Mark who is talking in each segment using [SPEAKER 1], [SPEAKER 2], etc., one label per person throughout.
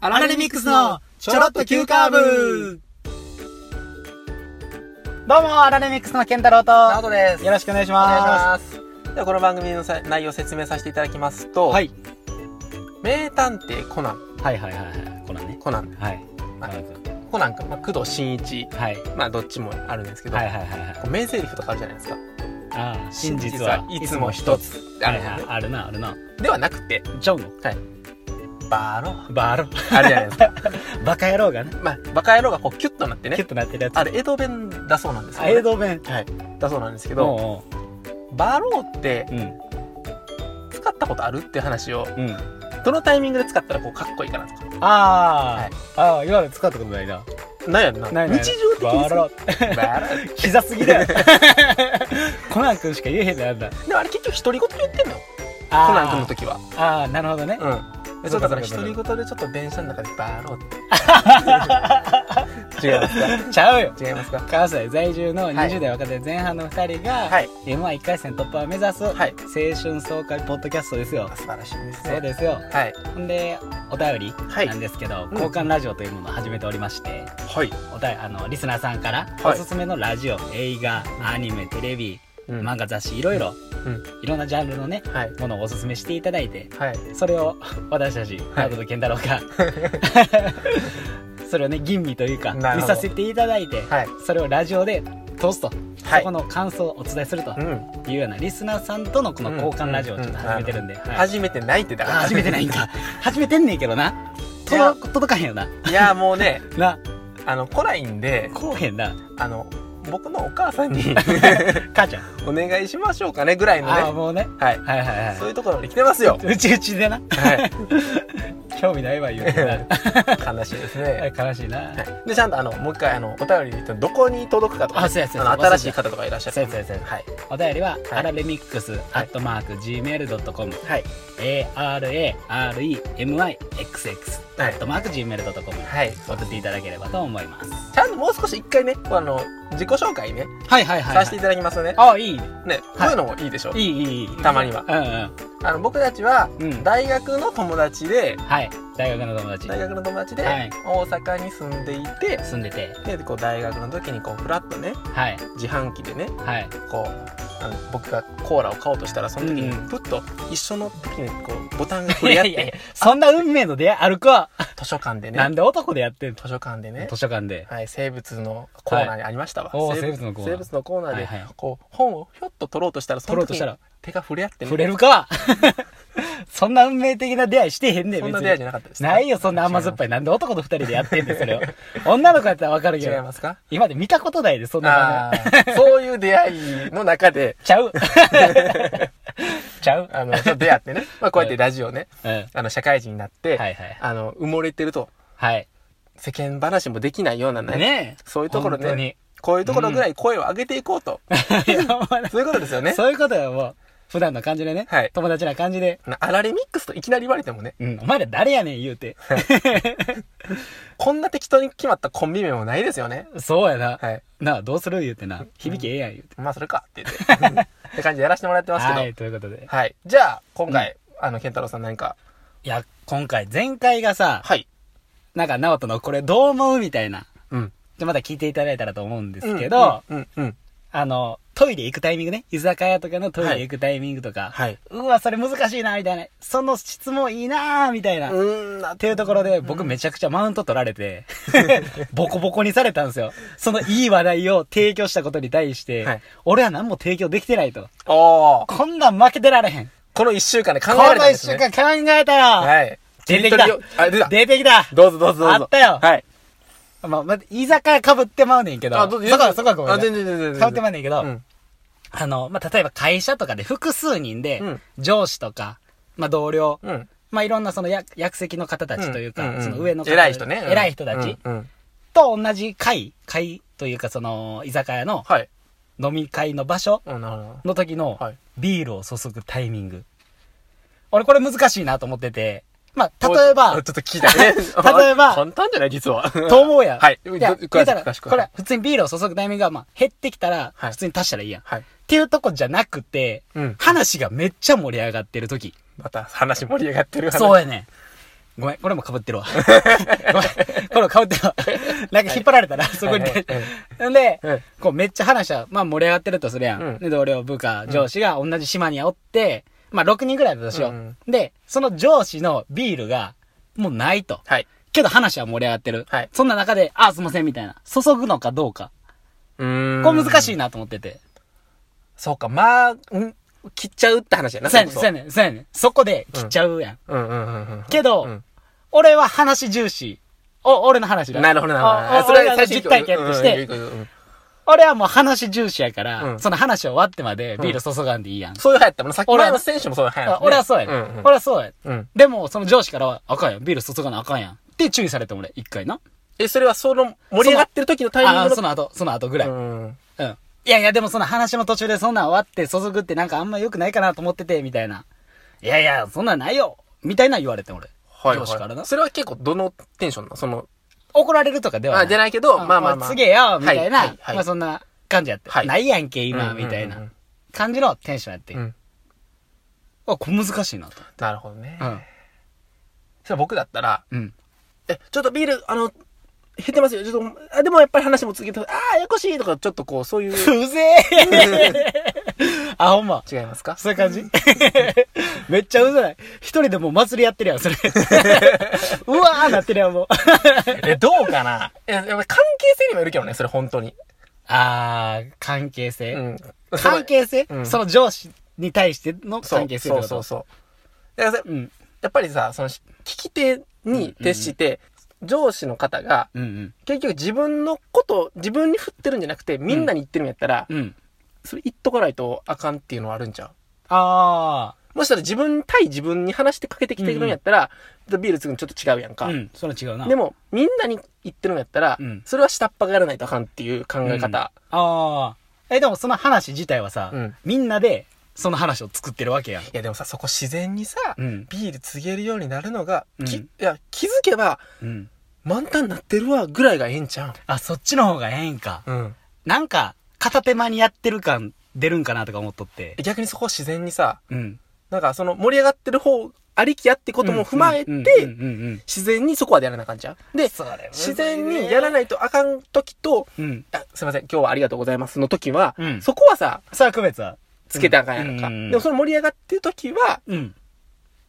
[SPEAKER 1] アラレミックスのちょろっと急カーブどうも、アラレミックスの健太郎
[SPEAKER 2] ナオ
[SPEAKER 1] と、
[SPEAKER 2] トです。
[SPEAKER 1] よろしくお願いし
[SPEAKER 2] お願いし
[SPEAKER 1] ま
[SPEAKER 2] ます。ではこの番組のさ内容を説明させていただきますと、
[SPEAKER 1] す。はい。
[SPEAKER 2] 名探偵コナン、
[SPEAKER 1] はいはいはいはい。コナンね。
[SPEAKER 2] コナン、
[SPEAKER 1] はい。
[SPEAKER 2] は
[SPEAKER 1] はい
[SPEAKER 2] い。コナンか、まあ、工藤新一、
[SPEAKER 1] はい。
[SPEAKER 2] まあどっちもあるんですけど、
[SPEAKER 1] はいはいはいはい。
[SPEAKER 2] こう名台詞とかあるじゃないですか。
[SPEAKER 1] ああ、真実はい
[SPEAKER 2] い
[SPEAKER 1] つ
[SPEAKER 2] つ
[SPEAKER 1] も
[SPEAKER 2] も
[SPEAKER 1] 一
[SPEAKER 2] 一
[SPEAKER 1] つ。
[SPEAKER 2] つ。
[SPEAKER 1] はい
[SPEAKER 2] ある
[SPEAKER 1] は
[SPEAKER 2] よ
[SPEAKER 1] い
[SPEAKER 2] ね。
[SPEAKER 1] あるな、あるな。
[SPEAKER 2] ではなくて、
[SPEAKER 1] ジョンゴ。
[SPEAKER 2] バロ
[SPEAKER 1] バロ。
[SPEAKER 2] あるじゃないで すか。
[SPEAKER 1] バカ野郎がね、
[SPEAKER 2] まあ、バカ野郎がこうキュッとなって
[SPEAKER 1] キュ
[SPEAKER 2] ね
[SPEAKER 1] ッ、となってるやつ。
[SPEAKER 2] あれ江戸弁だそうなんですけ
[SPEAKER 1] あ、
[SPEAKER 2] ど、
[SPEAKER 1] 映像弁。
[SPEAKER 2] はい。だそうなんですけど、
[SPEAKER 1] ど
[SPEAKER 2] バローって
[SPEAKER 1] ううん。
[SPEAKER 2] 使ったことあるっていう話を、
[SPEAKER 1] うん。
[SPEAKER 2] どのタイミングで使ったらこうかっこいいかなとか。
[SPEAKER 1] あ
[SPEAKER 2] は
[SPEAKER 1] あ
[SPEAKER 2] い、
[SPEAKER 1] ああ、今まで使ったことないな。
[SPEAKER 2] なんやろな。
[SPEAKER 1] ないない。
[SPEAKER 2] 日常的に
[SPEAKER 1] バ
[SPEAKER 2] さ
[SPEAKER 1] ロ。
[SPEAKER 2] バロー
[SPEAKER 1] 膝すぎだよ。コナン君しか言えへんのやんだ。
[SPEAKER 2] でもあれ結局独り言言ってんのよ
[SPEAKER 1] あー
[SPEAKER 2] コナン君の時は
[SPEAKER 1] ああ、なるほどね。
[SPEAKER 2] うん
[SPEAKER 1] そ
[SPEAKER 2] そうう
[SPEAKER 1] か
[SPEAKER 2] だ
[SPEAKER 1] そ
[SPEAKER 2] か
[SPEAKER 1] うかそう
[SPEAKER 2] ら
[SPEAKER 1] か
[SPEAKER 2] 独り言でちょっと電車の中でバーローって 違いますか
[SPEAKER 1] ちゃうよ。
[SPEAKER 2] 違いますか
[SPEAKER 1] 関西在住の
[SPEAKER 2] はい
[SPEAKER 1] 20代若手前半の2人が、
[SPEAKER 2] はい
[SPEAKER 1] M11 回戦突破を目指す青
[SPEAKER 2] はい
[SPEAKER 1] 春爽快ポッドキャストですよ。
[SPEAKER 2] 素晴らしいです
[SPEAKER 1] そう
[SPEAKER 2] ね
[SPEAKER 1] ですよ。
[SPEAKER 2] はい
[SPEAKER 1] ほんで、お便
[SPEAKER 2] は
[SPEAKER 1] り
[SPEAKER 2] い
[SPEAKER 1] なんですけど、
[SPEAKER 2] ん
[SPEAKER 1] 交換ラジオというものを始めておりまして、
[SPEAKER 2] はい
[SPEAKER 1] おたあのリスナーさんから、
[SPEAKER 2] はい
[SPEAKER 1] おすすめのラジオ、映画、アニメ、テレビ、
[SPEAKER 2] うん
[SPEAKER 1] 漫画雑誌いろいろ、
[SPEAKER 2] うん
[SPEAKER 1] いろんなジャンルのね
[SPEAKER 2] はい
[SPEAKER 1] ものをおすすめしていただいて
[SPEAKER 2] はい
[SPEAKER 1] それを私たち
[SPEAKER 2] は
[SPEAKER 1] ナ
[SPEAKER 2] い
[SPEAKER 1] ートと健太郎がそれをね吟味というか
[SPEAKER 2] なる
[SPEAKER 1] 見
[SPEAKER 2] ほど
[SPEAKER 1] させていただいて、
[SPEAKER 2] はい
[SPEAKER 1] それをラジオで通すと、
[SPEAKER 2] はい
[SPEAKER 1] そこの感想をお伝えすると
[SPEAKER 2] うん
[SPEAKER 1] いうようなリスナーさんとのこの交換ラジオをちょっと始めてるんで、はい
[SPEAKER 2] 初めてないってだから
[SPEAKER 1] あ始めてないん か始めてんねんけどな届届かへんよない
[SPEAKER 2] やもうね
[SPEAKER 1] な
[SPEAKER 2] あの来ないんで
[SPEAKER 1] こうへんな
[SPEAKER 2] あの僕のお母さんに
[SPEAKER 1] 母ちゃん、
[SPEAKER 2] お願いしましょうかねぐらいの
[SPEAKER 1] ああ
[SPEAKER 2] ね
[SPEAKER 1] もうね
[SPEAKER 2] はい
[SPEAKER 1] はいはい
[SPEAKER 2] そう
[SPEAKER 1] は
[SPEAKER 2] いうところまで来てますよ
[SPEAKER 1] いうちうちでな
[SPEAKER 2] はい
[SPEAKER 1] 興味ないわ言うてな
[SPEAKER 2] 悲しいですね
[SPEAKER 1] 悲しいな
[SPEAKER 2] はいでちゃんとあのもう一回あのお便りどこに届くかとか、
[SPEAKER 1] あそうやそうや
[SPEAKER 2] あの
[SPEAKER 1] 忘れてた
[SPEAKER 2] 新しい方とかいらっしゃる
[SPEAKER 1] そうやそうやそうや
[SPEAKER 2] はい
[SPEAKER 1] お便りは、
[SPEAKER 2] い
[SPEAKER 1] アラレミックスアットマーク Gmail.com
[SPEAKER 2] はい
[SPEAKER 1] ARAREMIXX ア
[SPEAKER 2] はい
[SPEAKER 1] ットマーク Gmail.com
[SPEAKER 2] はい
[SPEAKER 1] 送っていただければと思います
[SPEAKER 2] ちゃんともう少し一回ねこうあの自己紹介ね、
[SPEAKER 1] はいはいはい、
[SPEAKER 2] させていただきますね
[SPEAKER 1] あいい
[SPEAKER 2] ね、
[SPEAKER 1] はい
[SPEAKER 2] こういうのもいいでしょ
[SPEAKER 1] いいいいいい
[SPEAKER 2] たまには
[SPEAKER 1] うん
[SPEAKER 2] あの僕たちは
[SPEAKER 1] うんうん
[SPEAKER 2] 大学の友達で
[SPEAKER 1] はい大学の友達
[SPEAKER 2] 大学の友達で
[SPEAKER 1] はい
[SPEAKER 2] 大阪に住んでいて、
[SPEAKER 1] 住んでて
[SPEAKER 2] でこう大学の時にこうフラッとね
[SPEAKER 1] はい
[SPEAKER 2] 自販機でね
[SPEAKER 1] はい
[SPEAKER 2] こうあの僕がコーラを買おうとしたらその時に
[SPEAKER 1] うん
[SPEAKER 2] プッと一緒の時にこうボタンが
[SPEAKER 1] い
[SPEAKER 2] 触れ合
[SPEAKER 1] や
[SPEAKER 2] っ て
[SPEAKER 1] いやいやそんな運命の出会いあるか、
[SPEAKER 2] 図書館でね
[SPEAKER 1] なんで男でやってん
[SPEAKER 2] 図書館でね
[SPEAKER 1] の図書館で
[SPEAKER 2] はい、生物のコーナーにありましたわ、
[SPEAKER 1] おー生物のコーナー
[SPEAKER 2] 生物のコーナーで、
[SPEAKER 1] はいはい
[SPEAKER 2] こう本をひょっと取ろうとしたらそ
[SPEAKER 1] 取ろ
[SPEAKER 2] の
[SPEAKER 1] うと
[SPEAKER 2] 時
[SPEAKER 1] した
[SPEAKER 2] に
[SPEAKER 1] ら
[SPEAKER 2] 手が触れ合ってね
[SPEAKER 1] 触れるか そんな運命的な出会いしてへんねん
[SPEAKER 2] そ
[SPEAKER 1] 別
[SPEAKER 2] んな
[SPEAKER 1] に
[SPEAKER 2] 出会いじゃなかったです
[SPEAKER 1] ないよ、そんな甘酸っぱい。なんで男と二人でやってんで、そ れを。女の子やったらわかる
[SPEAKER 2] 違い
[SPEAKER 1] けど。
[SPEAKER 2] ますか
[SPEAKER 1] 今まで見たことないで、そんな
[SPEAKER 2] あーそういう出会いの中で
[SPEAKER 1] 場面。ち ゃう。ちゃう。
[SPEAKER 2] あのちょっと出 会ってね、まあ、こうやってラジオね
[SPEAKER 1] うん。はい
[SPEAKER 2] あの社会人になって、
[SPEAKER 1] はいはい。
[SPEAKER 2] あの埋もれてると
[SPEAKER 1] はい。
[SPEAKER 2] 世間話もできないようなね
[SPEAKER 1] ねえ。
[SPEAKER 2] そういうところ
[SPEAKER 1] 本当
[SPEAKER 2] ね
[SPEAKER 1] に。
[SPEAKER 2] こういうところぐらい声を上げていこうと、
[SPEAKER 1] いやお前
[SPEAKER 2] そういうことですよ ね
[SPEAKER 1] そういうことよ、もう。普段の感じでね。
[SPEAKER 2] はい
[SPEAKER 1] 友達な感じで。
[SPEAKER 2] あられミックスといきなり言われてもね
[SPEAKER 1] うん。お前ら誰やねん、言うて。
[SPEAKER 2] こんな適当に決まったコンビ名もないですよね
[SPEAKER 1] そうやな。
[SPEAKER 2] はい
[SPEAKER 1] なあ、どうする言うてな。響きええやん、言うて。
[SPEAKER 2] まあそれかって言って。うん って感じでやらせてもらってますけど。
[SPEAKER 1] は、
[SPEAKER 2] はいい。
[SPEAKER 1] ということで。
[SPEAKER 2] じゃあ、今回、あの、健太郎さん何か。
[SPEAKER 1] いや、今回、前回がさ、
[SPEAKER 2] はい。
[SPEAKER 1] なんか、直人のこれどう思うみたいな。
[SPEAKER 2] うん。
[SPEAKER 1] じゃあまた聞いていただいたらと思うんで
[SPEAKER 2] です
[SPEAKER 1] けど、
[SPEAKER 2] うん、うんうん。
[SPEAKER 1] あの、トイレ行くタイミングね。居酒屋とかのトイレ行くタイミングとか。
[SPEAKER 2] はい。
[SPEAKER 1] うわ、それ難しいな、みたいな。その質問いいな、みたいな。
[SPEAKER 2] う
[SPEAKER 1] っ
[SPEAKER 2] ーん、なって。
[SPEAKER 1] ていうところで、僕めちゃくちゃマウント取られ て、ボコボコにされたんですよ。そのいい話題を提供したことに対して、
[SPEAKER 2] はい
[SPEAKER 1] 俺は何も提供できてないと。
[SPEAKER 2] おー。
[SPEAKER 1] こんなん負けてられへん。
[SPEAKER 2] この一週間で考
[SPEAKER 1] こ
[SPEAKER 2] えられた
[SPEAKER 1] の
[SPEAKER 2] んで
[SPEAKER 1] 一
[SPEAKER 2] す
[SPEAKER 1] 週
[SPEAKER 2] ね。
[SPEAKER 1] 間考えたよ、
[SPEAKER 2] はい。
[SPEAKER 1] 出てきた
[SPEAKER 2] 切り取りをあ、出た。
[SPEAKER 1] 出てきた
[SPEAKER 2] どうぞどうぞどうぞ。
[SPEAKER 1] あったよ
[SPEAKER 2] はい。
[SPEAKER 1] まあ、まあ、居酒屋かぶってまうねんけど。
[SPEAKER 2] あどうぞ
[SPEAKER 1] そこは、そこはごめん
[SPEAKER 2] あ、
[SPEAKER 1] ね
[SPEAKER 2] 全然全然全然。
[SPEAKER 1] かぶってまうねんけど、
[SPEAKER 2] うん。
[SPEAKER 1] あの、まあ、例えば会社とかで複数人で、
[SPEAKER 2] うん
[SPEAKER 1] 上司とか、まあ、同僚、
[SPEAKER 2] うん。
[SPEAKER 1] まあ、いろんなその役役席の方たちというか、
[SPEAKER 2] んん
[SPEAKER 1] その上の方
[SPEAKER 2] 偉い人ね。うん
[SPEAKER 1] 偉い人たち、
[SPEAKER 2] うんうん。
[SPEAKER 1] と同じ会、会というかその、居酒屋の
[SPEAKER 2] はい。
[SPEAKER 1] 飲み会の場所
[SPEAKER 2] うん、なるほ
[SPEAKER 1] の時の
[SPEAKER 2] ど。はい。
[SPEAKER 1] ビールを注ぐタイミング。俺これ難しいなと思ってて、まあ、例え
[SPEAKER 2] おちょ
[SPEAKER 1] ば
[SPEAKER 2] っ、と聞きたいね。
[SPEAKER 1] 例えば
[SPEAKER 2] 簡単じゃない実は。
[SPEAKER 1] と思うやん。
[SPEAKER 2] はい
[SPEAKER 1] い
[SPEAKER 2] ど
[SPEAKER 1] や
[SPEAKER 2] 詳しく
[SPEAKER 1] 言うたら
[SPEAKER 2] 詳しく
[SPEAKER 1] これ普通にビールを注ぐタイミングがまあ減ってきたら、
[SPEAKER 2] はい
[SPEAKER 1] 普通に足したらいいやん。っ
[SPEAKER 2] はい。
[SPEAKER 1] ていうとこじゃなくて、
[SPEAKER 2] うん
[SPEAKER 1] 話がめっちゃ盛り上がってる時。
[SPEAKER 2] また話盛り上がってる話。
[SPEAKER 1] そうやねん。ごめん、これも被 ってるわ。ごめん、これも被ってるわ。なんか引っ張られたら、そこに対して
[SPEAKER 2] はい
[SPEAKER 1] んで
[SPEAKER 2] はい、
[SPEAKER 1] こうめっちゃ話は、まあ盛り上がってるとするや
[SPEAKER 2] うん
[SPEAKER 1] ん。で、同僚、部下、上司が同じ島におって、まあ6人ぐらいだとしよ
[SPEAKER 2] うんうん
[SPEAKER 1] う。で、その上司のビールが、もうないと。
[SPEAKER 2] はい。
[SPEAKER 1] けど話は盛り上がってる。
[SPEAKER 2] はい
[SPEAKER 1] そんな中で、あ、すいません、みたいな。注ぐのかどうか。
[SPEAKER 2] うーん。
[SPEAKER 1] これ難しいなと思ってて。
[SPEAKER 2] そうか、まあ、ん切っちゃうって話やな。
[SPEAKER 1] そうやねん、
[SPEAKER 2] そ
[SPEAKER 1] そうやねん、そうやねん。そこで切っちゃうやん。
[SPEAKER 2] ううんうんうんうん。
[SPEAKER 1] けど、
[SPEAKER 2] うん
[SPEAKER 1] 俺は話重視。お、俺の話だ。
[SPEAKER 2] なるほど、なるほど
[SPEAKER 1] あ
[SPEAKER 2] あ。
[SPEAKER 1] それ
[SPEAKER 2] は
[SPEAKER 1] は実体験とし
[SPEAKER 2] うん
[SPEAKER 1] て
[SPEAKER 2] う、んうんうん
[SPEAKER 1] 俺はもう話重視やから、
[SPEAKER 2] うん
[SPEAKER 1] その話を割ってまでビール注がんでいいやん。
[SPEAKER 2] そういう派やったもんな。さっき
[SPEAKER 1] 俺は
[SPEAKER 2] 前の選手もそういう派や
[SPEAKER 1] あ
[SPEAKER 2] ったね
[SPEAKER 1] 俺はそうやね、
[SPEAKER 2] ん
[SPEAKER 1] ん。俺はそうやね、
[SPEAKER 2] うん。うん。
[SPEAKER 1] でも、その上司からは、あかんやん、ビール注がなあかんやん。って注意されて俺、一回な。
[SPEAKER 2] え、それはその盛り上がってる時のタイミン
[SPEAKER 1] あ
[SPEAKER 2] グ
[SPEAKER 1] あ、そ
[SPEAKER 2] の。
[SPEAKER 1] の後、その後ぐらい。うん。
[SPEAKER 2] うん。
[SPEAKER 1] いやいや、でもその話の途中でそんなん終わって、注ぐってなんかあんま良くないかなと思ってて、みたいな。いやいや、そんなんないよみたいな言われて俺。
[SPEAKER 2] はい。
[SPEAKER 1] 上司から
[SPEAKER 2] は。
[SPEAKER 1] ない
[SPEAKER 2] それは結構どのテンションなのその、
[SPEAKER 1] 怒られるとかではない。
[SPEAKER 2] あ、じゃないけど、まあまあまあ。
[SPEAKER 1] おいすげえよ、みたいな。
[SPEAKER 2] はいはいはい
[SPEAKER 1] まあそんな感じやって。
[SPEAKER 2] はい
[SPEAKER 1] ないやんけ、今、
[SPEAKER 2] うん
[SPEAKER 1] みたい
[SPEAKER 2] うんうんう
[SPEAKER 1] なん感じのテンションやって。
[SPEAKER 2] うん。
[SPEAKER 1] あ、これ難しいなと。
[SPEAKER 2] なるほどね。
[SPEAKER 1] うん。
[SPEAKER 2] それ僕だったら、
[SPEAKER 1] うん。
[SPEAKER 2] え、ちょっとビール、あの、減ってますよ。ちょっと、あでもやっぱり話も続けて、ああ、ややこしいとか、ちょっとこう、そう いう、
[SPEAKER 1] うぜえあ、ほんま。
[SPEAKER 2] 違いますか
[SPEAKER 1] そういう 感じめっちゃうざい。一人でもう祭りやってるやん、そ れ。うわーなってるやん、もう。
[SPEAKER 2] え、どうか なえ、やっぱ関係性にもよるけどね、それ本当に。
[SPEAKER 1] あー、関係性。
[SPEAKER 2] うん。
[SPEAKER 1] 関係性、
[SPEAKER 2] うん
[SPEAKER 1] その上司に対しての
[SPEAKER 2] そう
[SPEAKER 1] 関係性って
[SPEAKER 2] そ
[SPEAKER 1] こ
[SPEAKER 2] う
[SPEAKER 1] と
[SPEAKER 2] そうそう。だからさ
[SPEAKER 1] うん。
[SPEAKER 2] やっぱりさ、その、聞き手に徹して、上司の方が、
[SPEAKER 1] うんうん。
[SPEAKER 2] 結局自分のこと、自分に振ってるんじゃなくて、みんなに言ってるんやったら、
[SPEAKER 1] うん。
[SPEAKER 2] それ言っとかないとあかんっていうのはあるんちゃう
[SPEAKER 1] あ
[SPEAKER 2] もしかしたら自分対自分に話してかけてきてるんやったら、ビールつぐのちょっと違うやんか。
[SPEAKER 1] ー。うん。それ違うな。
[SPEAKER 2] でも、みんなに言ってるんやったら、
[SPEAKER 1] うん
[SPEAKER 2] それは下っ端がやらないとあかんっていう考え方。
[SPEAKER 1] ああ。え、でもその話自体はさ、
[SPEAKER 2] うん
[SPEAKER 1] みんなでその話を作ってるわけやん。
[SPEAKER 2] いや、でもさ、そこ自然にさ、
[SPEAKER 1] うん。
[SPEAKER 2] ビール告げるようになるのが、き
[SPEAKER 1] うん
[SPEAKER 2] いや、気づけば、
[SPEAKER 1] うん。
[SPEAKER 2] 満タンなってるわ、ぐらいがええんちゃ
[SPEAKER 1] あ、そっちの方がええんか。
[SPEAKER 2] ううん。
[SPEAKER 1] なんか、片手間にやってる感出るんかなとか思っとって。
[SPEAKER 2] 逆にそこ自然にさ、
[SPEAKER 1] うん。
[SPEAKER 2] なんかその盛り上がってる方、ありきやってことも踏まえて、
[SPEAKER 1] うんうんうんうんうん
[SPEAKER 2] 自然にそこはやらなあかんちゃうで、
[SPEAKER 1] それむずいね
[SPEAKER 2] 自然にやらないとあかん時と、
[SPEAKER 1] うん。
[SPEAKER 2] あすいません、今日はありがとうございますの時は、
[SPEAKER 1] うん
[SPEAKER 2] そこはさ、
[SPEAKER 1] それは区別は
[SPEAKER 2] つけてあかんやんか。
[SPEAKER 1] うんうんうん
[SPEAKER 2] でもその盛り上がってる時は、
[SPEAKER 1] うん。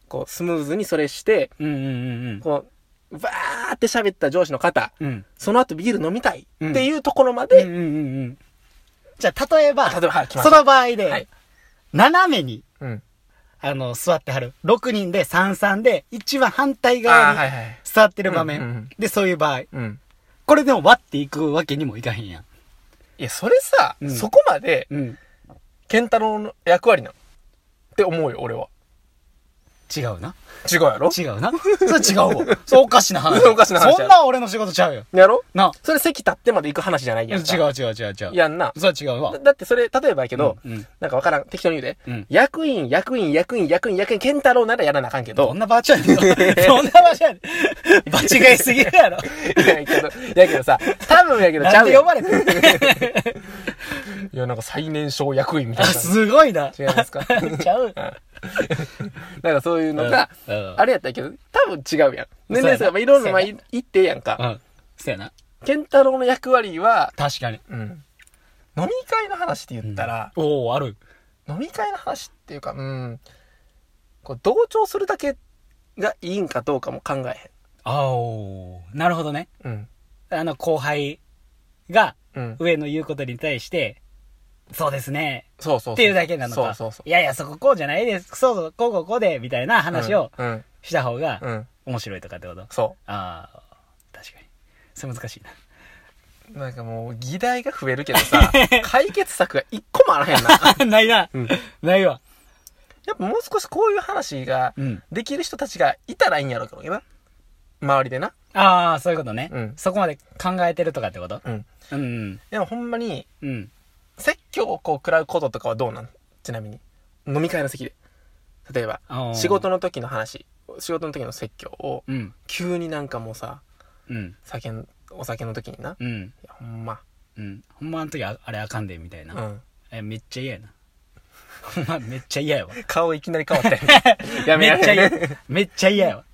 [SPEAKER 2] こう、スムーズにそれして、
[SPEAKER 1] うんうんうん
[SPEAKER 2] こう、バーって喋った上司の方、
[SPEAKER 1] うん。うん。
[SPEAKER 2] その後ビール飲みたい
[SPEAKER 1] うん
[SPEAKER 2] っていうところま
[SPEAKER 1] うん
[SPEAKER 2] で、
[SPEAKER 1] うんうんうん。じゃあ、例えば、
[SPEAKER 2] 例えば、はい、来まし
[SPEAKER 1] そ
[SPEAKER 2] た。
[SPEAKER 1] の場合で、
[SPEAKER 2] はい
[SPEAKER 1] 斜めに、
[SPEAKER 2] うん。
[SPEAKER 1] あの、座ってはる。6人で3-3で、一番反対
[SPEAKER 2] あ
[SPEAKER 1] 側
[SPEAKER 2] ー
[SPEAKER 1] に
[SPEAKER 2] はいはい。
[SPEAKER 1] 座ってる場面。
[SPEAKER 2] うんうんうん
[SPEAKER 1] で、そういう場合。
[SPEAKER 2] うん。
[SPEAKER 1] これでも割っていくわけにもいかへんやん。
[SPEAKER 2] いや、それさ、
[SPEAKER 1] うん
[SPEAKER 2] そこまで、
[SPEAKER 1] うん。
[SPEAKER 2] ケンタロウの役割なのって思うよ、俺は。
[SPEAKER 1] 違うな。
[SPEAKER 2] 違うやろ
[SPEAKER 1] 違うな。それ違うわ。 それおかしな話。
[SPEAKER 2] おかしな話や
[SPEAKER 1] そんな俺の仕事ちゃうよ。
[SPEAKER 2] やろ
[SPEAKER 1] な。
[SPEAKER 2] それ席立ってまで行く話じゃない
[SPEAKER 1] 違う
[SPEAKER 2] やんか。
[SPEAKER 1] 違う違う違う。
[SPEAKER 2] やんな。
[SPEAKER 1] それは違うわ
[SPEAKER 2] だ。だってそれ、例えばやけど、
[SPEAKER 1] うんうん
[SPEAKER 2] なんかわからん、適当に言うで。
[SPEAKER 1] うん
[SPEAKER 2] 役員、役員、役員、役員、役員、ケンタロウならやらなあかんけど
[SPEAKER 1] どん。なバーチャル やねん。どんなバーチャルやねん。間違いすぎるや ろ。
[SPEAKER 2] いやけど、 やけどさ、多分やけど、ち
[SPEAKER 1] な
[SPEAKER 2] ゃ
[SPEAKER 1] ん
[SPEAKER 2] う
[SPEAKER 1] で
[SPEAKER 2] や
[SPEAKER 1] 呼
[SPEAKER 2] ん
[SPEAKER 1] ばれてん の
[SPEAKER 2] いや、なんか最年少役員みた
[SPEAKER 1] あ
[SPEAKER 2] い
[SPEAKER 1] すごいな。
[SPEAKER 2] な。違いますか
[SPEAKER 1] ちゃう。
[SPEAKER 2] なんかそういうのが、
[SPEAKER 1] うんうん
[SPEAKER 2] あれやったらけど、多分違うやん。年齢
[SPEAKER 1] そうや
[SPEAKER 2] 差
[SPEAKER 1] な
[SPEAKER 2] がいろんな、まあ、
[SPEAKER 1] そうや
[SPEAKER 2] い言ってやん
[SPEAKER 1] う
[SPEAKER 2] か。
[SPEAKER 1] ん。そやな。
[SPEAKER 2] ケンタロウの役割は、
[SPEAKER 1] 確かに。
[SPEAKER 2] うん。飲み会の話って言ったら、
[SPEAKER 1] おおある。
[SPEAKER 2] 飲み会の話っていうか、うん。こう同調するだけがいいんかどうかも考え
[SPEAKER 1] あおなるほどね。
[SPEAKER 2] へん。
[SPEAKER 1] あの、後輩が
[SPEAKER 2] うん。うん。
[SPEAKER 1] 上の言うことに対して、そうですね。
[SPEAKER 2] そうそうそう。
[SPEAKER 1] っていうだけなのか。
[SPEAKER 2] そうそうそう。
[SPEAKER 1] いやいや、そここうじゃないです。そうそう、こうこうこうで、みたいな話を
[SPEAKER 2] うん。うん。
[SPEAKER 1] した方が
[SPEAKER 2] うん。
[SPEAKER 1] 面白いとかってこと。あ
[SPEAKER 2] そ
[SPEAKER 1] あー、確かに。それ難しいな。
[SPEAKER 2] う。なんかもう、議題が増えるけど さ、解決策が一個もあらへ んな。
[SPEAKER 1] あないな、ないわ。
[SPEAKER 2] やっぱもう少しこういう話が
[SPEAKER 1] うん
[SPEAKER 2] できる人たちがいたらいいんやろうけどな。周りでな。
[SPEAKER 1] ああ、そういうことね、
[SPEAKER 2] うん
[SPEAKER 1] そこまで考えてるとかってこと
[SPEAKER 2] うん。
[SPEAKER 1] うん。
[SPEAKER 2] でもほんまに、
[SPEAKER 1] うん。
[SPEAKER 2] 説教をこう食らうこととかはどうなんちなみに。飲み会の席で。例えば
[SPEAKER 1] あ、ー
[SPEAKER 2] 仕事の時の話、仕事の時の説教を、
[SPEAKER 1] うん。
[SPEAKER 2] 急になんかもうさ、
[SPEAKER 1] うん。
[SPEAKER 2] 酒ん、お酒の時にな。い
[SPEAKER 1] うん。
[SPEAKER 2] や、ほんま。
[SPEAKER 1] うん。ほんまあの時ああれあかんで、みたいうな、
[SPEAKER 2] ん。
[SPEAKER 1] え。めっちゃ嫌やな。ほんまめっちゃ嫌やわ。
[SPEAKER 2] 顔いきなり変わったよねやめ
[SPEAKER 1] め
[SPEAKER 2] や
[SPEAKER 1] っちゃ
[SPEAKER 2] め
[SPEAKER 1] 嫌
[SPEAKER 2] やめ。。
[SPEAKER 1] めっちゃ嫌やわ。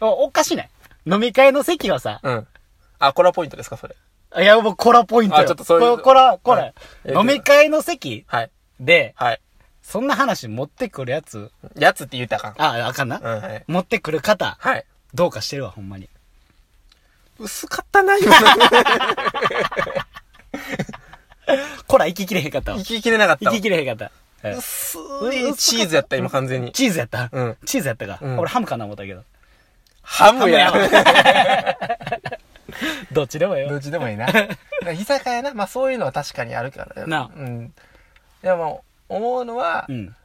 [SPEAKER 1] おおかしいね。飲み会の席はさ、
[SPEAKER 2] うん。あ、コラポイントですか、それ。
[SPEAKER 1] いや、もうコラポイントよ。
[SPEAKER 2] あちょっとそういう
[SPEAKER 1] ここら、こ
[SPEAKER 2] は
[SPEAKER 1] れ
[SPEAKER 2] い、
[SPEAKER 1] 飲み会の席
[SPEAKER 2] はい。
[SPEAKER 1] で、
[SPEAKER 2] はい。
[SPEAKER 1] そんな話持ってくるやつ、
[SPEAKER 2] やつって言うたら あか
[SPEAKER 1] あ、あかん
[SPEAKER 2] ん。う
[SPEAKER 1] な。
[SPEAKER 2] ん、はい。
[SPEAKER 1] 持ってくる方、
[SPEAKER 2] はい。
[SPEAKER 1] どうかしてるわ、ほんまに。
[SPEAKER 2] 薄かったな、今の。
[SPEAKER 1] こら、息切れへんかったわ。
[SPEAKER 2] 行ききれなかったわ。
[SPEAKER 1] 息切れへんかったわ。
[SPEAKER 2] 薄いチーズやった、今、完全に。
[SPEAKER 1] チーズやった
[SPEAKER 2] うん
[SPEAKER 1] チーズやったか。
[SPEAKER 2] うん
[SPEAKER 1] 俺ハムかな思ったけど。
[SPEAKER 2] ハムや。
[SPEAKER 1] どっちでもええ
[SPEAKER 2] どっ
[SPEAKER 1] よ。
[SPEAKER 2] ちで もいいな。だから居酒屋な、まあそういうのは確かにあるから。
[SPEAKER 1] なあ
[SPEAKER 2] うん。いや、もう、思うのは、
[SPEAKER 1] うん。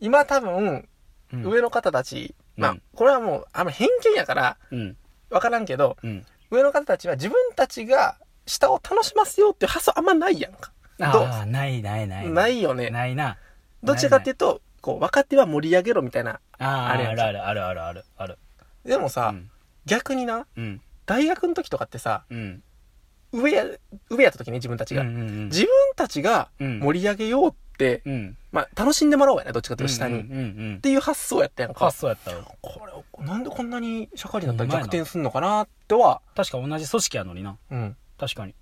[SPEAKER 2] 今多分、
[SPEAKER 1] うん
[SPEAKER 2] 上の方たち、ま
[SPEAKER 1] う
[SPEAKER 2] あ
[SPEAKER 1] ん、
[SPEAKER 2] これはもう、あんま偏見やから、
[SPEAKER 1] うん。
[SPEAKER 2] わからんけど、
[SPEAKER 1] うん。
[SPEAKER 2] 上の方たちは自分たちが下を楽しますよっていう発想あんまないやんか。ど
[SPEAKER 1] ああ、ないないない。
[SPEAKER 2] うないよね。
[SPEAKER 1] ないな。
[SPEAKER 2] どっちかっていうと、こう、若手は盛り上げろみたいな。
[SPEAKER 1] ああ、
[SPEAKER 2] あ
[SPEAKER 1] あ
[SPEAKER 2] れ
[SPEAKER 1] る
[SPEAKER 2] や
[SPEAKER 1] あ
[SPEAKER 2] ん
[SPEAKER 1] るあるあるあるあるある。
[SPEAKER 2] でもさ、
[SPEAKER 1] うん
[SPEAKER 2] 逆にな、
[SPEAKER 1] うん。
[SPEAKER 2] 大学の時とかってさ、
[SPEAKER 1] うん。
[SPEAKER 2] 上や、上やった時に自分たちが、
[SPEAKER 1] うんうんうん
[SPEAKER 2] 自分たちが
[SPEAKER 1] うん
[SPEAKER 2] 盛り上げようって、
[SPEAKER 1] うん。
[SPEAKER 2] まあ、楽しんでもらおうやな、どっちかというと下に。
[SPEAKER 1] うん
[SPEAKER 2] っ
[SPEAKER 1] うんうん。
[SPEAKER 2] ていう発想やったやん
[SPEAKER 1] あ、
[SPEAKER 2] か。
[SPEAKER 1] そうやったわ。
[SPEAKER 2] これ、なんでこんなに社会人だったら
[SPEAKER 1] ほんまや
[SPEAKER 2] 逆
[SPEAKER 1] な
[SPEAKER 2] 転すんのかなとは、
[SPEAKER 1] 確か同じ組織やのにな。
[SPEAKER 2] うん、
[SPEAKER 1] 確かに。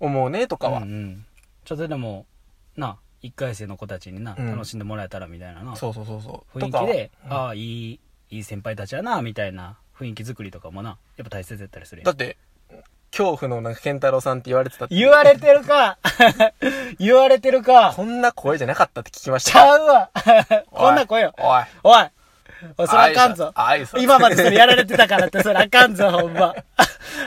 [SPEAKER 2] 思うね、とかは。
[SPEAKER 1] うんうん。ちょっとでも、な、一回生の子たちにな、
[SPEAKER 2] うん
[SPEAKER 1] 楽しんでもらえたらみたいなな。
[SPEAKER 2] そうそうそうそう。
[SPEAKER 1] 雰囲気で、
[SPEAKER 2] とか
[SPEAKER 1] ああ、いい、いい先輩たちやな、みたいな雰囲気作りとかもな、やっぱ大切だったりするやん
[SPEAKER 2] だって、恐怖のなんか健太郎さんって言われてたって
[SPEAKER 1] 言われてるか 言われてるか
[SPEAKER 2] こんな声じゃなかったって聞きまし
[SPEAKER 1] ち
[SPEAKER 2] た。
[SPEAKER 1] ゃうわこんな声よ。
[SPEAKER 2] おい。
[SPEAKER 1] おいおい、それあかんぞ。
[SPEAKER 2] あいさつあいさつ
[SPEAKER 1] 今までそれやられてたからって、それあかんぞ、ほん ま。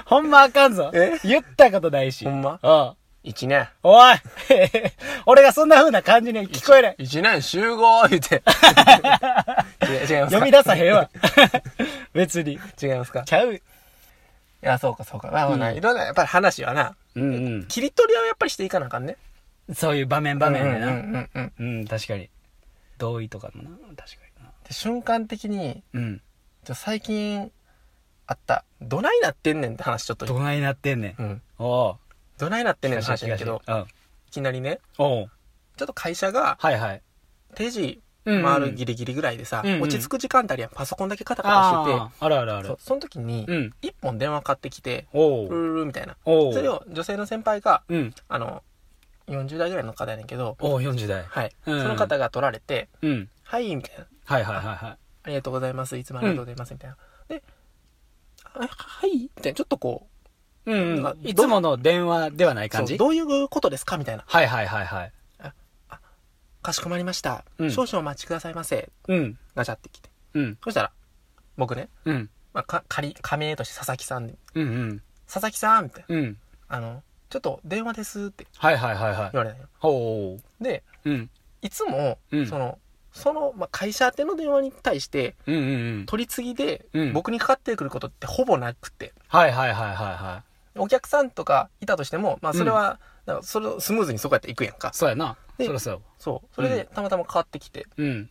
[SPEAKER 1] ほんまあかんぞ
[SPEAKER 2] え。
[SPEAKER 1] 言ったことないし。
[SPEAKER 2] ほんま
[SPEAKER 1] うん
[SPEAKER 2] 一年。
[SPEAKER 1] おい 俺がそんな風な感じに聞こえない。
[SPEAKER 2] 一年集合言 うて。違い違いますか
[SPEAKER 1] 読み出さへ んわ。別に。
[SPEAKER 2] 違いますかい
[SPEAKER 1] ちゃう。
[SPEAKER 2] や、そうかそうか。まあまあな、
[SPEAKER 1] うん
[SPEAKER 2] いろんな、やっぱり話はな、
[SPEAKER 1] うん
[SPEAKER 2] 切り取りはやっぱりしていかなあかんね。
[SPEAKER 1] うん。そういう場面場面でな。
[SPEAKER 2] う
[SPEAKER 1] うん
[SPEAKER 2] うん
[SPEAKER 1] ん、
[SPEAKER 2] うんうん。
[SPEAKER 1] 確かに。同意とかもな。確かにな。
[SPEAKER 2] で瞬間的に、
[SPEAKER 1] うん。
[SPEAKER 2] ちょ最近、あった、どないなってんねんって話ちょっと。
[SPEAKER 1] どないなってんねん。
[SPEAKER 2] うん。
[SPEAKER 1] おう。
[SPEAKER 2] どないなってんねんって
[SPEAKER 1] 東
[SPEAKER 2] 話だけど
[SPEAKER 1] 東、うん。
[SPEAKER 2] いきなりね、
[SPEAKER 1] おう。
[SPEAKER 2] ちょっと会社が
[SPEAKER 1] はいはい。
[SPEAKER 2] 定時
[SPEAKER 1] うんうん
[SPEAKER 2] 回るギリギリぐらいでさ、
[SPEAKER 1] うんうん
[SPEAKER 2] 落ち着く時間ってあるやん。パソコンだけカタカタしてて、
[SPEAKER 1] ああ、あるあるあ
[SPEAKER 2] そ
[SPEAKER 1] る
[SPEAKER 2] う。その時に
[SPEAKER 1] う、ん。
[SPEAKER 2] 一本電話買ってきて、
[SPEAKER 1] おう。
[SPEAKER 2] ルルルみたいな。
[SPEAKER 1] おう。
[SPEAKER 2] それを女性の先輩が、
[SPEAKER 1] うん。
[SPEAKER 2] あの、40代ぐらいの方やねんけど、
[SPEAKER 1] おう、40代。
[SPEAKER 2] はい。
[SPEAKER 1] うん
[SPEAKER 2] その方が取られて、
[SPEAKER 1] うん。
[SPEAKER 2] はい、みたいな。
[SPEAKER 1] はいはいはいは
[SPEAKER 2] ありがとうございます。いつもありがとうございます。みたいな。で、あはいみたいな。ちょっとこう、
[SPEAKER 1] い。うん
[SPEAKER 2] なんか
[SPEAKER 1] うん。いつもの電話ではない感
[SPEAKER 2] そう
[SPEAKER 1] じ
[SPEAKER 2] どういうことですかみたいな。
[SPEAKER 1] はいはいはいはい。
[SPEAKER 2] かしこまりました。
[SPEAKER 1] うん
[SPEAKER 2] 少々お待ちくださいませ。
[SPEAKER 1] うん。
[SPEAKER 2] ガチャってきて。
[SPEAKER 1] うん。
[SPEAKER 2] そしたら、僕ね、
[SPEAKER 1] うん。
[SPEAKER 2] まあ、か、仮、仮名として佐々木さんで、
[SPEAKER 1] うんうん。
[SPEAKER 2] 佐々木さんみたいな。
[SPEAKER 1] うん。
[SPEAKER 2] あの、ちょっと電話ですって
[SPEAKER 1] はいはいはいはい。
[SPEAKER 2] 言われたよ。
[SPEAKER 1] おう。
[SPEAKER 2] で、
[SPEAKER 1] うん。
[SPEAKER 2] いつも、
[SPEAKER 1] うん
[SPEAKER 2] その、その、まあ、会社宛ての電話に対して、
[SPEAKER 1] うんうんうん。
[SPEAKER 2] 取り次ぎで
[SPEAKER 1] う、ん
[SPEAKER 2] 僕にかかってくることってほぼなくて、
[SPEAKER 1] はいはいはいはいは
[SPEAKER 2] お客さんとかいたとしても、まあ、それは、なんかそれをスムーズにそこやっていくやんか
[SPEAKER 1] い。。そうやな。
[SPEAKER 2] で
[SPEAKER 1] そらそうやわ。
[SPEAKER 2] そう。それで、たまたまかかってきて、
[SPEAKER 1] うん。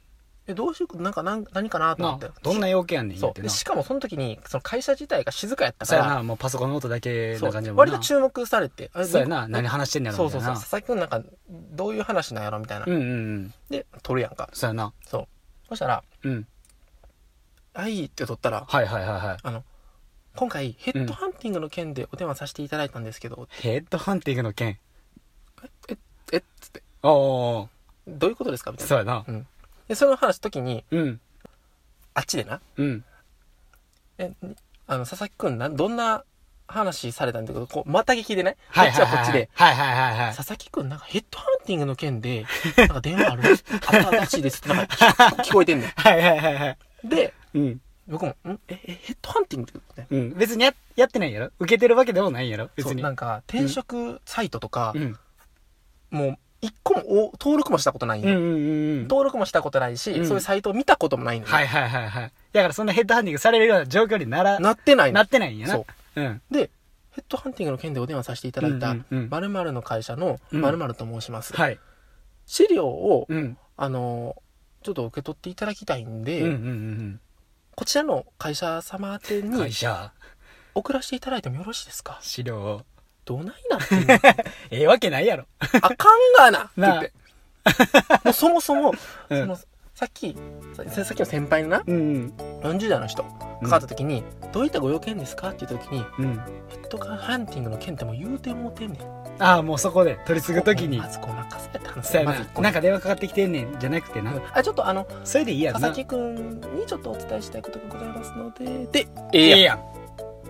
[SPEAKER 2] え、どうしよう、なんか、なん何かなと思
[SPEAKER 1] な
[SPEAKER 2] って。
[SPEAKER 1] どんな要件やねん言
[SPEAKER 2] そうう。
[SPEAKER 1] て
[SPEAKER 2] で
[SPEAKER 1] な。
[SPEAKER 2] しかも、その時に、その会社自体が静かやった
[SPEAKER 1] そ
[SPEAKER 2] か
[SPEAKER 1] うや
[SPEAKER 2] ら、
[SPEAKER 1] な。もうパソコンの音だけ
[SPEAKER 2] そ
[SPEAKER 1] な感じや
[SPEAKER 2] う。
[SPEAKER 1] もん
[SPEAKER 2] 割
[SPEAKER 1] な
[SPEAKER 2] と。注目されて、あれ
[SPEAKER 1] そうやな。
[SPEAKER 2] なん
[SPEAKER 1] 何
[SPEAKER 2] か
[SPEAKER 1] 話してんねやろ
[SPEAKER 2] そう
[SPEAKER 1] みた
[SPEAKER 2] そ
[SPEAKER 1] い
[SPEAKER 2] うそう。
[SPEAKER 1] な。
[SPEAKER 2] 佐々木くんなんか、どういう話なんやろみたいな。
[SPEAKER 1] うんうんうん。
[SPEAKER 2] で、取るやんか。
[SPEAKER 1] そうやな。
[SPEAKER 2] そう。そしたら、
[SPEAKER 1] うん。
[SPEAKER 2] はいって取ったら、
[SPEAKER 1] はいはいはいはい。
[SPEAKER 2] あの、今回、ヘッドハンティングの件でお電話させていただいたんですけど、
[SPEAKER 1] ヘッドハンティングの件。
[SPEAKER 2] え、え、っつって、
[SPEAKER 1] おお
[SPEAKER 2] どういうことですかみたい
[SPEAKER 1] そ
[SPEAKER 2] な。
[SPEAKER 1] うやな。
[SPEAKER 2] うん。で、その話の時に、
[SPEAKER 1] うん。
[SPEAKER 2] あっちでな、
[SPEAKER 1] うん。
[SPEAKER 2] え、にあの、佐々木くん、なんどんな話されたんだけど、こう、また聞きでね、こ
[SPEAKER 1] はい
[SPEAKER 2] っち
[SPEAKER 1] はい
[SPEAKER 2] は
[SPEAKER 1] はい
[SPEAKER 2] こっちで、。
[SPEAKER 1] はいはいはいはい。
[SPEAKER 2] 佐々木くん、なんかヘッドハンティングの件で、なんか電話あるあったらしいですって、なんか 聞聞こえてんね
[SPEAKER 1] はいはいはいはい。
[SPEAKER 2] ん。で、
[SPEAKER 1] うん。
[SPEAKER 2] 僕も、んえ、え、ヘッドハンティングって
[SPEAKER 1] うん。別にや、やってないんやろ受けてるわけでもないんやろ
[SPEAKER 2] そ
[SPEAKER 1] 別
[SPEAKER 2] う、
[SPEAKER 1] に。
[SPEAKER 2] なんか、転職サイトとか
[SPEAKER 1] う、ん。
[SPEAKER 2] もう、一個もお登録もしたことないん
[SPEAKER 1] うんう
[SPEAKER 2] よ、
[SPEAKER 1] んうんうん。
[SPEAKER 2] 登録もしたことないし、
[SPEAKER 1] うん
[SPEAKER 2] そういうサイトを見たこともないのよ
[SPEAKER 1] はいはいはいはい。だからそんなヘッドハンティングされるような状況になら、
[SPEAKER 2] なってないの
[SPEAKER 1] なってないんやな。
[SPEAKER 2] そう
[SPEAKER 1] うん。
[SPEAKER 2] で、ヘッドハンティングの件でお電話させていただいた
[SPEAKER 1] うんうんうん、
[SPEAKER 2] 〇〇の会社の
[SPEAKER 1] うん
[SPEAKER 2] 〇〇と申します。
[SPEAKER 1] はい。
[SPEAKER 2] 資料を、
[SPEAKER 1] うん。
[SPEAKER 2] あのー、ちょっと受け取っていただきたいん
[SPEAKER 1] うんうんうんう
[SPEAKER 2] で、
[SPEAKER 1] ん。
[SPEAKER 2] こちらの会社様宛
[SPEAKER 1] 会
[SPEAKER 2] てに
[SPEAKER 1] 社、
[SPEAKER 2] 送らせていただいてもよろしいですか
[SPEAKER 1] 資料を。
[SPEAKER 2] どないなってんの
[SPEAKER 1] ええ わけないやろ。
[SPEAKER 2] あかんがなって言って。もうそもそも、
[SPEAKER 1] うん
[SPEAKER 2] その、佐さっきさささっきの先輩のな
[SPEAKER 1] うん
[SPEAKER 2] 40代の人かかった時に「どういったご用件ですか?」って言った時に「
[SPEAKER 1] うんうん
[SPEAKER 2] ペットカーハンティングの件ってもう言うてもうてんねん」
[SPEAKER 1] ああもうそこで取り次ぐ時に
[SPEAKER 2] まずごまかされたんです
[SPEAKER 1] そうや
[SPEAKER 2] ま
[SPEAKER 1] な
[SPEAKER 2] ず一個目
[SPEAKER 1] なんか電話かかってきてんねんじゃなくてな
[SPEAKER 2] うんあちょっとあの
[SPEAKER 1] それでいいやん
[SPEAKER 2] 佐
[SPEAKER 1] な
[SPEAKER 2] 々木くんにちょっとお伝えしたいことがございますのでで
[SPEAKER 1] い
[SPEAKER 2] ええやんえ
[SPEAKER 1] やん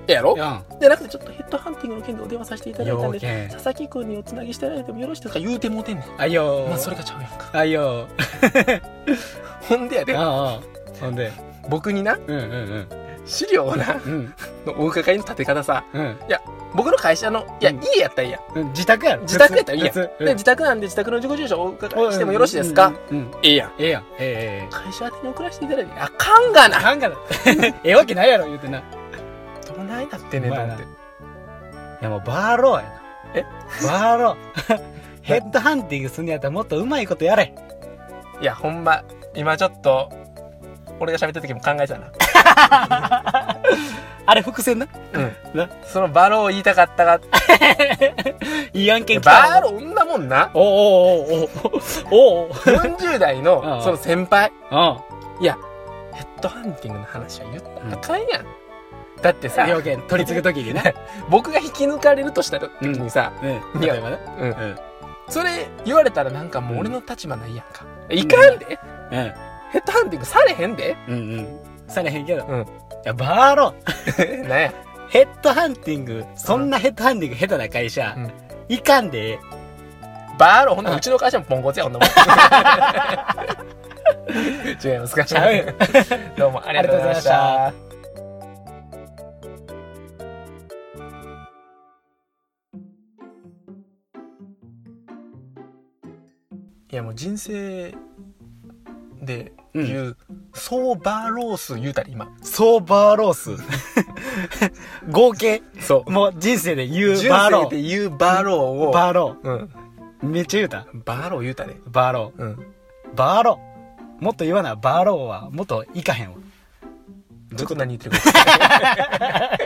[SPEAKER 2] えやろ
[SPEAKER 1] うん
[SPEAKER 2] でなくてちょっとヘッドハンティングの件でお電話させていただいたん
[SPEAKER 1] 要
[SPEAKER 2] で
[SPEAKER 1] 件
[SPEAKER 2] 佐々木くんにおつなぎしていただいてもよろしいですか言うてもうてんねん
[SPEAKER 1] あいよー
[SPEAKER 2] まあそれがちゃうやんか
[SPEAKER 1] あいよ
[SPEAKER 2] ほんでや
[SPEAKER 1] ー
[SPEAKER 2] で
[SPEAKER 1] ああほんで
[SPEAKER 2] 僕にな
[SPEAKER 1] うんうんうん
[SPEAKER 2] 資料をな
[SPEAKER 1] うん
[SPEAKER 2] のお伺いの立て方さ
[SPEAKER 1] うん
[SPEAKER 2] 僕の会社のいや、
[SPEAKER 1] うん
[SPEAKER 2] 家やったらいいやん
[SPEAKER 1] うん自宅やろ
[SPEAKER 2] 自宅やったらいいやん
[SPEAKER 1] 普通
[SPEAKER 2] で自宅なんで自宅の自己住所をお伺いしてもよろしいですか、
[SPEAKER 1] うんうんうんうん
[SPEAKER 2] ええやん
[SPEAKER 1] ええやんえええ
[SPEAKER 2] 会社宛てに送らせていただいてあかんが
[SPEAKER 1] え
[SPEAKER 2] な
[SPEAKER 1] かんがな ええわけないやろ言うてない
[SPEAKER 2] どないなってんねんと思って
[SPEAKER 1] やもうバーローやな
[SPEAKER 2] え
[SPEAKER 1] バーローヘッドハンティングすんのやったらもっとうまいことやれ
[SPEAKER 2] いやほんま今ちょっと俺が喋った時も考えてたな
[SPEAKER 1] あれ伏線な
[SPEAKER 2] うん
[SPEAKER 1] な
[SPEAKER 2] そのバロを言いたか ったが
[SPEAKER 1] いい案件来た
[SPEAKER 2] バロ女もんな
[SPEAKER 1] おうおうおうおうおうおう
[SPEAKER 2] 40代
[SPEAKER 1] ああ
[SPEAKER 2] のその先輩
[SPEAKER 1] おう
[SPEAKER 2] ヘッドハンティングの話は言ったらあかんやん、だってさ
[SPEAKER 1] 要件取り次ぐときにね
[SPEAKER 2] 僕が引き抜かれるとした時にさ、
[SPEAKER 1] うん
[SPEAKER 2] いや
[SPEAKER 1] 例えばね
[SPEAKER 2] うん
[SPEAKER 1] ん
[SPEAKER 2] それ言われたらなんかもう俺の立場ないやんか、いかんでヘッドハンティングされへんで
[SPEAKER 1] うんうんうんされへんけど
[SPEAKER 2] うん
[SPEAKER 1] いやバーロー
[SPEAKER 2] なんや
[SPEAKER 1] ヘッドハンティングそんなヘッドハンティング下手な会社
[SPEAKER 2] うん
[SPEAKER 1] いかんでええ
[SPEAKER 2] バーロほんならうちの会社もポンコツやほんなもん 違いますか
[SPEAKER 1] ちゃうよ
[SPEAKER 2] どうもありがとうございまし
[SPEAKER 1] ありがとうございました
[SPEAKER 2] いやもう人生で言う、ソーバーロース言うたり今
[SPEAKER 1] ソーバーロース。合計。
[SPEAKER 2] そ
[SPEAKER 1] もう人生で言う
[SPEAKER 2] 人
[SPEAKER 1] バーロ
[SPEAKER 2] 生
[SPEAKER 1] ー。
[SPEAKER 2] で言うバーローを
[SPEAKER 1] バーロ
[SPEAKER 2] うん、
[SPEAKER 1] ー。めっちゃ言うた。
[SPEAKER 2] バーロー言うたで、
[SPEAKER 1] バーロ
[SPEAKER 2] うん、
[SPEAKER 1] ー。バーロー。もっと言わな、バーローはもっといかへんわ。
[SPEAKER 2] ちょっと何言ってるか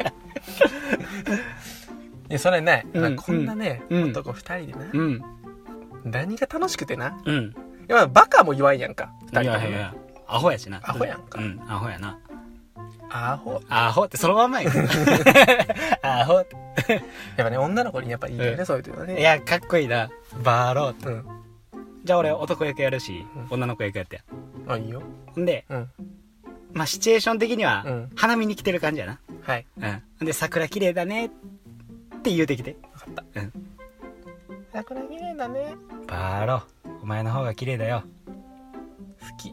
[SPEAKER 2] いやそれね、
[SPEAKER 1] うん
[SPEAKER 2] まあこんなね、
[SPEAKER 1] うん
[SPEAKER 2] 男二人でな、
[SPEAKER 1] うん。
[SPEAKER 2] 何が楽しくてな
[SPEAKER 1] うん。
[SPEAKER 2] いやまあバカも言わんやんか二人
[SPEAKER 1] 言わ
[SPEAKER 2] と
[SPEAKER 1] へん
[SPEAKER 2] も
[SPEAKER 1] わアホやしな。
[SPEAKER 2] アホやんか
[SPEAKER 1] うん、アホやな。
[SPEAKER 2] アホ
[SPEAKER 1] アホってそのまんまや けどアホって。
[SPEAKER 2] やっぱね女の子にやっぱいいんだよね、そういうのはいね
[SPEAKER 1] や、かっこいいな。バーローって。
[SPEAKER 2] うん
[SPEAKER 1] じゃあ俺男役やるし
[SPEAKER 2] うん、
[SPEAKER 1] 女の子役やってや。
[SPEAKER 2] あいいよ
[SPEAKER 1] ほんで、
[SPEAKER 2] うん
[SPEAKER 1] まあシチュエーション的に
[SPEAKER 2] う
[SPEAKER 1] は
[SPEAKER 2] ん、
[SPEAKER 1] 花見に来てる感じやな。
[SPEAKER 2] はい
[SPEAKER 1] うん。で、桜綺麗だねって言うてきて。
[SPEAKER 2] 桜綺麗だね
[SPEAKER 1] バーロ、お前の方が綺麗だよ。
[SPEAKER 2] 好き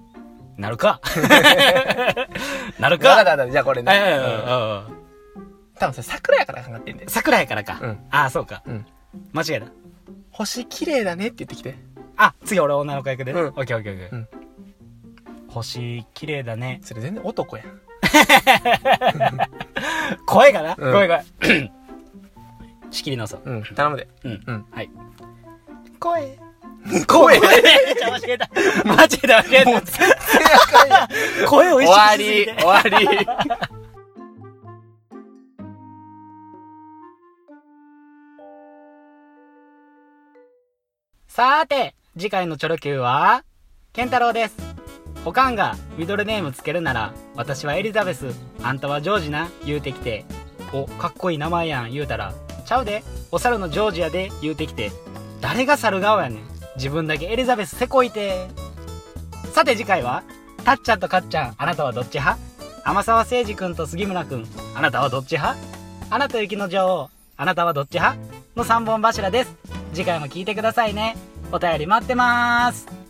[SPEAKER 1] なる かなる
[SPEAKER 2] だか
[SPEAKER 1] か
[SPEAKER 2] だじゃあこれ
[SPEAKER 1] あいやいやいや
[SPEAKER 2] ね
[SPEAKER 1] うん
[SPEAKER 2] 多分さ桜やから考ってんだよ
[SPEAKER 1] 桜やからか。
[SPEAKER 2] うん
[SPEAKER 1] ああ、そうか。
[SPEAKER 2] うん
[SPEAKER 1] 間違えた。
[SPEAKER 2] 星綺麗だねって言ってきて
[SPEAKER 1] あ、次俺女の子役でね。
[SPEAKER 2] うん
[SPEAKER 1] オッケーオッケーオッケー
[SPEAKER 2] うん。
[SPEAKER 1] 星、綺麗だね。
[SPEAKER 2] それ全然男やん
[SPEAKER 1] 声がな。
[SPEAKER 2] うん
[SPEAKER 1] 声声。 仕切り直そう。
[SPEAKER 2] うん頼むで
[SPEAKER 1] うん。
[SPEAKER 2] うん
[SPEAKER 1] はい。声。
[SPEAKER 2] 声
[SPEAKER 1] 間違えた。間違えた、間違え
[SPEAKER 2] もう
[SPEAKER 1] た。 声を意識
[SPEAKER 2] 終
[SPEAKER 1] しす
[SPEAKER 2] わ
[SPEAKER 1] ぎ
[SPEAKER 2] り
[SPEAKER 1] て。
[SPEAKER 2] 終わり
[SPEAKER 1] さーて、次回のチョロ Q は、ケンタロウです。おかんがミドルネームつけるなら、私はエリザベス、あんたはジョージな、言うてきて、お、かっこいい名前やん、言うたら、ちゃうで、お猿のジョージやで、言うてきて、誰が猿顔やねん。自分だけエリザベスせこいて。さて次回は、たっちゃんとかっちゃん、あなたはどっち派天沢誠二君と杉村君、あなたはどっち派アナと雪の女王、あなたはどっち派の3本柱です。次回も聞いてくださいね。お便り待ってます。